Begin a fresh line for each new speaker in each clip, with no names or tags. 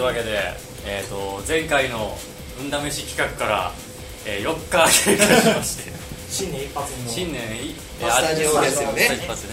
わけで、えー、と前回の運試し企画から、えー、4日経過しまして
新年 一発目の
新年い
まあスタジオですよね
スタジオ一発ね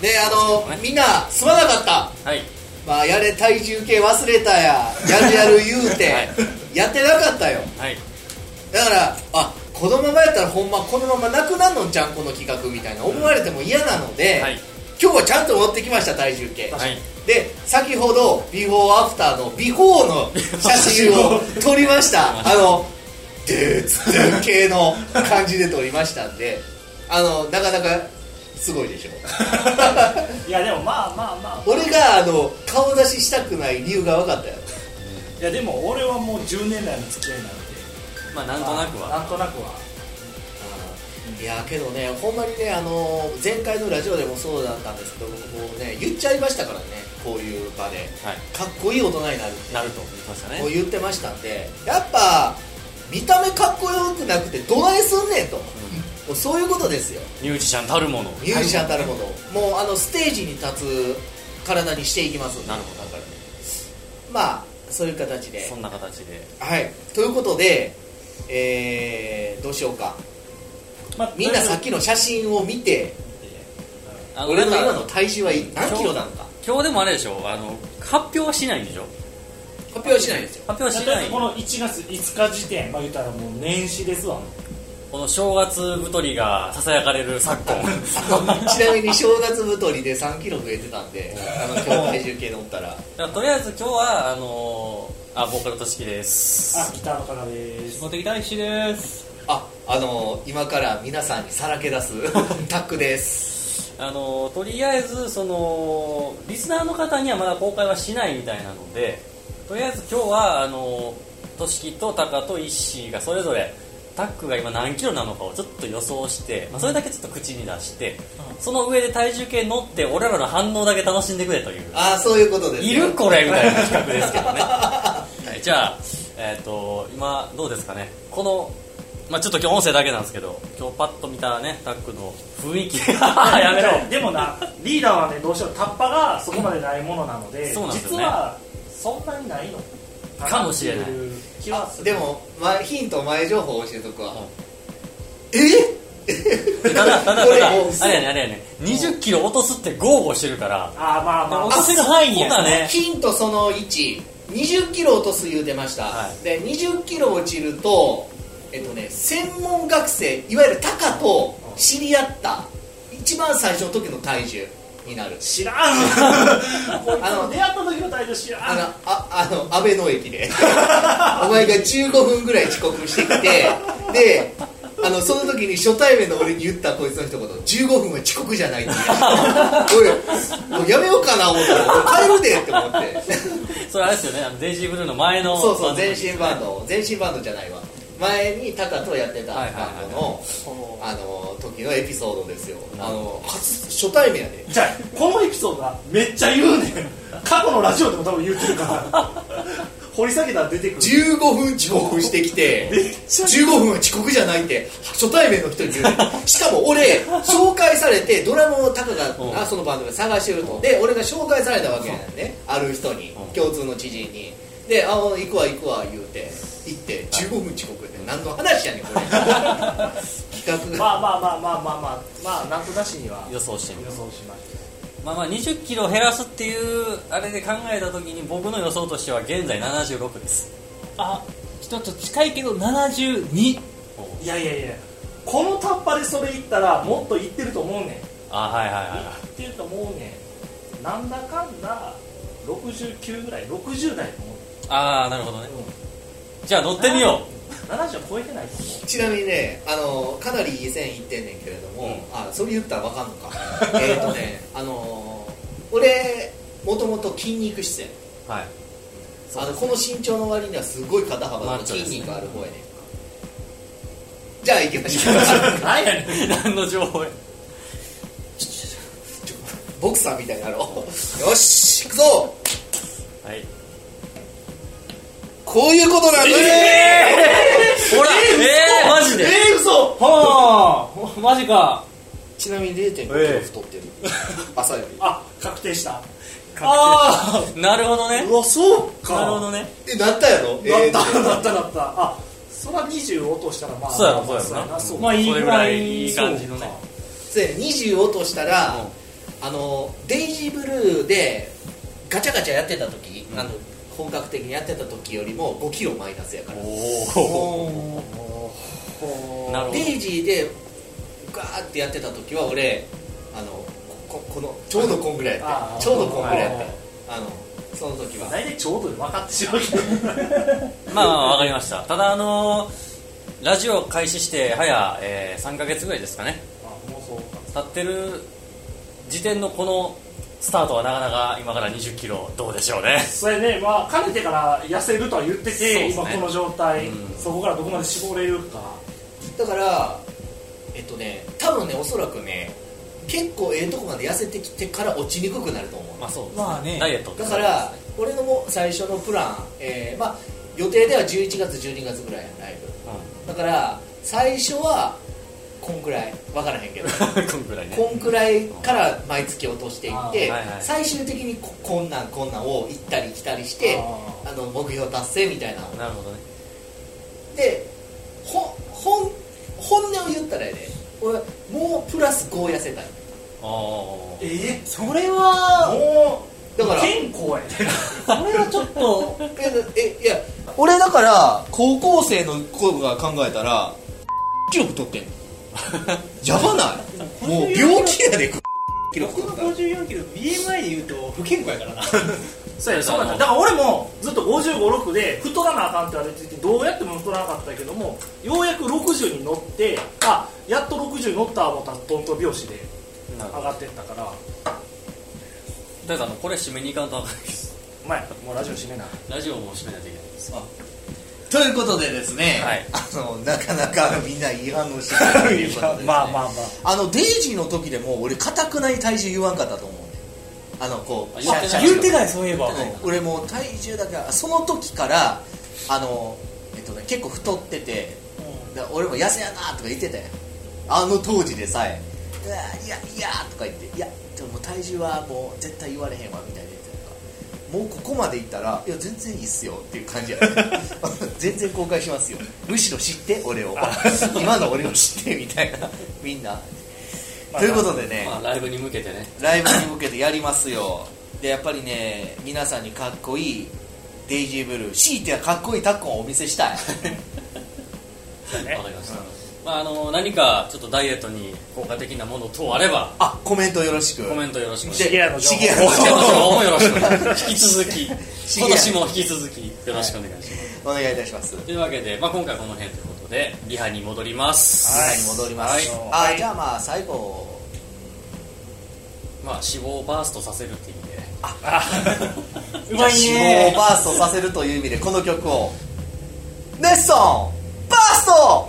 であの
はい
みんなすまなかった
はい、はい、
まあやれ体重計忘れたややるやる言うて、
はい
やってなかったよ
はい、
だからあこのままやったらほんまこのままなくなんのんちゃんこの企画みたいな思われても嫌なので、
はい
今日はちゃんと持ってきました体重計、
はい
で先ほどビフォーアフターのビフォーの写真 を撮りましたあのでーつって系の感じで撮りましたんであのなかなかすごいで しょ
いやでもまあまあまあ
俺があの顔出ししたくない理由が分かったよ
いやでも俺はもう10年来の付き合いなんで
まあなんとなく
まあ
は
なんとなくはい
やけどねほんまにねあの前回のラジオでもそうだったんですけど僕もうね言っちゃいましたからねこういう場で
は
かっこいい大人になるって
いなると言ってました
こう
ね
言ってましたんでやっぱ見た目かっこよくなくてどないすんねんと、もうそういうことですよ
ミュージシャンたるもの
ミュージシャンたるものもうあのステージに立つ体にしていきますんで
なるほど
だからねまあそういう形で
そんな形で
はいということでえー、どうしようか
まあ
みんなさっきの写真を見て
あ
俺の
なんか
今の体重は何キロなのか
今日でもあれでしょあの発表はしないんでしょ
発表はしないですよ
発表はし
とりあ
な
え
い
ずこの1月5日時点まあ言ったらもう年始ですわ
この正月太りがささやかれる昨 今
ちなみに正月太りで3キロ増えてたんであ の今日体重計乗ったら
だからとりあえず今日はあのー、あボーカルとしきです
あギターの方です
的大志です
ああの今から皆さんにさらけ出す タックです
あのとりあえずそのリスナーの方にはまだ公開はしないみたいなのでとりあえず今日はあのとしきとタカとイッシーがそれぞれタックが今何キロなのかをちょっと予想して、まあ、それだけちょっと口に出して、その上で体重計乗って俺らの反応だけ楽しんでくれという
ああそういうことです
いるこれみたいな企画ですけどね、 はい、じゃあ、えっと今どうですかねこの、まあ、ちょっと今日音声だけなんですけど今日パッと見たねタックの雰囲気やめろ
でもな リーダーはねどうしようタッパがそこまでないものなので
そうなんですよ
実
ね
はそんなにないのな
かもしれない
ってう気は
あ
する
でも、まあ、ヒント前情報教えとくわ、
うん
え
ただただ
こ
た
れ
だ
もう
あれやねあれやね20キロ落とすって豪語してるから
あーまあまあ
落とせる範囲や
そうだ
ね
ねヒントその1 20キロ落とす言うてました、
はい
で20キロ落ちるとえっとね専門学生いわゆるタカと知り合った一番最初の時の体重になる
知らんこいつ
あの
出会った時の態度知ら
あ
ん
の、あ、あの、安倍の駅で。 お前が15分ぐらい遅刻してきて、で、あの、その時に初対面の俺に言ったこいつの一言、15分は遅刻じゃないって 言うおい、もうやめようかな、思ったら、俺帰るでって思って。
それあれですよねあの全身ブルーの前の
そうそう、
前
全身バンド、全身バンドじゃないわ。前にタカとやってたバンドの、あの、時のエピソードですよ。あの、初、初対面やで。
じゃあこのエピソードはめっちゃ言うねん過去のラジオでも多分言ってるから掘り下げたら出てくる
15分遅刻してきて
めっちゃ
15分は遅刻じゃないって初対面の人に言うねしかも俺紹介されてドラムをタカ
うん
があそのバンドが探してるとで俺が紹介されたわけやねある人に
うん
共通の知人にで「あ行くわ行くわ」言うて行って15分遅刻って何の話やねんこれ企画が
まあまあまあまあまあまあまあなんとなしには予
予想してみる
想しました
まあまあ20キロ減らすっていうあれで考えた時に僕の予想としては現在76です
あちょっと近いけど72
いやいやいやこのタッパでそれ言ったらもっと言ってると思うねん言
あはいはいはいはい
ってると思うねんなんだかんだ69ぐらい60代と思う
ああなるほどね
ねん、
じゃあ乗ってみよう
うん、70は超えてないと思う
ちなみにねあのかなりいい線いってんねんけれども、
うん
あそれ言ったらわかんのか えっとねあの俺もともと筋肉質やねん
はい
あのこの身長の割にはすごい肩
マ
幅
ッ
の
チョですね
筋肉ある方やねんかじゃあ行きましょう
何やねん何の情報や
ボクサーみたいになろうよし行くぞ
はい
こういうことなんだね、
えー、ほらえー、マジで
えー、嘘
はあマジか
ちなみに0 5キロ太ってる、朝より
あ確定した
確
あ
定なるほどね
うわそうか
なるほどね
えなったやろ
な
え
っ
ーと
たなったなったあそら20落としたらまあ
そうやろ
まあ
そうやろな
そううんまあいいぐら
そ
い
れぐらいいい感じのね
そうや20落としたら、あのデイジーブルーでガチャガチャやってた時、
うん
あの本格的にやってた時よりも5キロマイナスやから
おお
そう
なるほど
デイジーでガーってやってた時は俺あのここのちょうどこんぐらいや
あ
っ
ー
たちょうどこんぐらいやっ
あ
たあのその時は
大体ちょうどで分かってしまうけど
まあまあわかりましたただあのーラジオ開始して早、えー、3か月ぐらいですかね
あもうそうか
立ってる時点のこのスタートはなかなか今から2 0キロどうでしょうね
それねまあかねてから痩せるとは言ってて、
そう
今
ですね
この状態、
うん
そこからどこまで絞れるか
だからえっとね多分ねおそらくね結構ええとこまで痩せてきてから落ちにくくなると思う
まあそうです
まあね
ダイエット
だから俺のもう最初のプラン、えーまあ、予定では11月12月ぐらいライブだから最初はこんくらい分からへんけど
うんこんぐらいね
こんくらいから毎月落としていって、
あーはいはい
最終的にここんなんこんなんを行ったり来たりして
あ
あの目標達成みたいなの
なるほどね
でほほん本音を言ったらやで俺もうプラス5痩せたい
ああ
え
それは
もう
だから
健康やで
それはちょっと
ええいや俺だから高校生の子が考えたら記録取ってんの やばないもう病気やで記録取ったら
54キロ BMI で言うと不健康やからな
そうやそうだっただから俺もずっと556で太らなあかんって言われててどうやっても太らなかったけどもようやく60に乗ってあやっと60に乗った思ったらトントン拍子で
なる
上
ほど
がってったから
だからこれ締めに行かんとあかんです
お前もうラジオ閉め な、
ラジオも締めないといけないです
ということでですね、
はい
あのなかなかみんないい反応してくれるということで です、ね
まあまあまあ
あのデイジーの時でも俺かたくなに体重言わんかったと思うねあのこう
あ
シャシ
言ってない
言っ
ャ
てないそういえば
俺もう体重だけはその時からあの、えっとね、結構太っててだから俺も痩せやなとか言ってたよあの当時でさえ「うわいやいや」とか言って「いやでも体重はもう絶対言われへんわ」みたいな言ってたからもうここまでいったら「いや全然いいっすよ」っていう感じやった 全然公開しますよむしろ知って俺を今の俺を知ってみたいなみんな、ということでね、
まあライブに向けてね
ライブに向けてやりますよでやっぱりね皆さんにかっこいいデイジーブルー強いてはかっこいいタッコンをお見せしたい
ね
わかりました、まああの何かちょっとダイエットに効果的なもの等あれば
あコメントよろしく
コメントよろしくお願いします
で
シゲヤの情報
シゲヤの情
お付き合いの
報
方もよろしくお願いします引き続き
シゲ
今
ア
年も引き続きよろしくお願いします、
お願いいたします
というわけで、まあ、今回はこの辺ということでリハに戻ります、
はい
に戻ります、
はい
あ
はい
じゃあまあ最後
まあ、脂肪をバーストさせるって意味で
うまい
脂肪を
ね
バーストさせるという意味でこの曲をネッソンバースト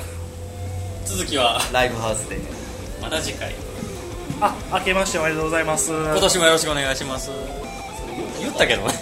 続きは
ライブハウスで
また次回
あ明けましておめでとうございます
今年もよろしくお願いします言ったけどね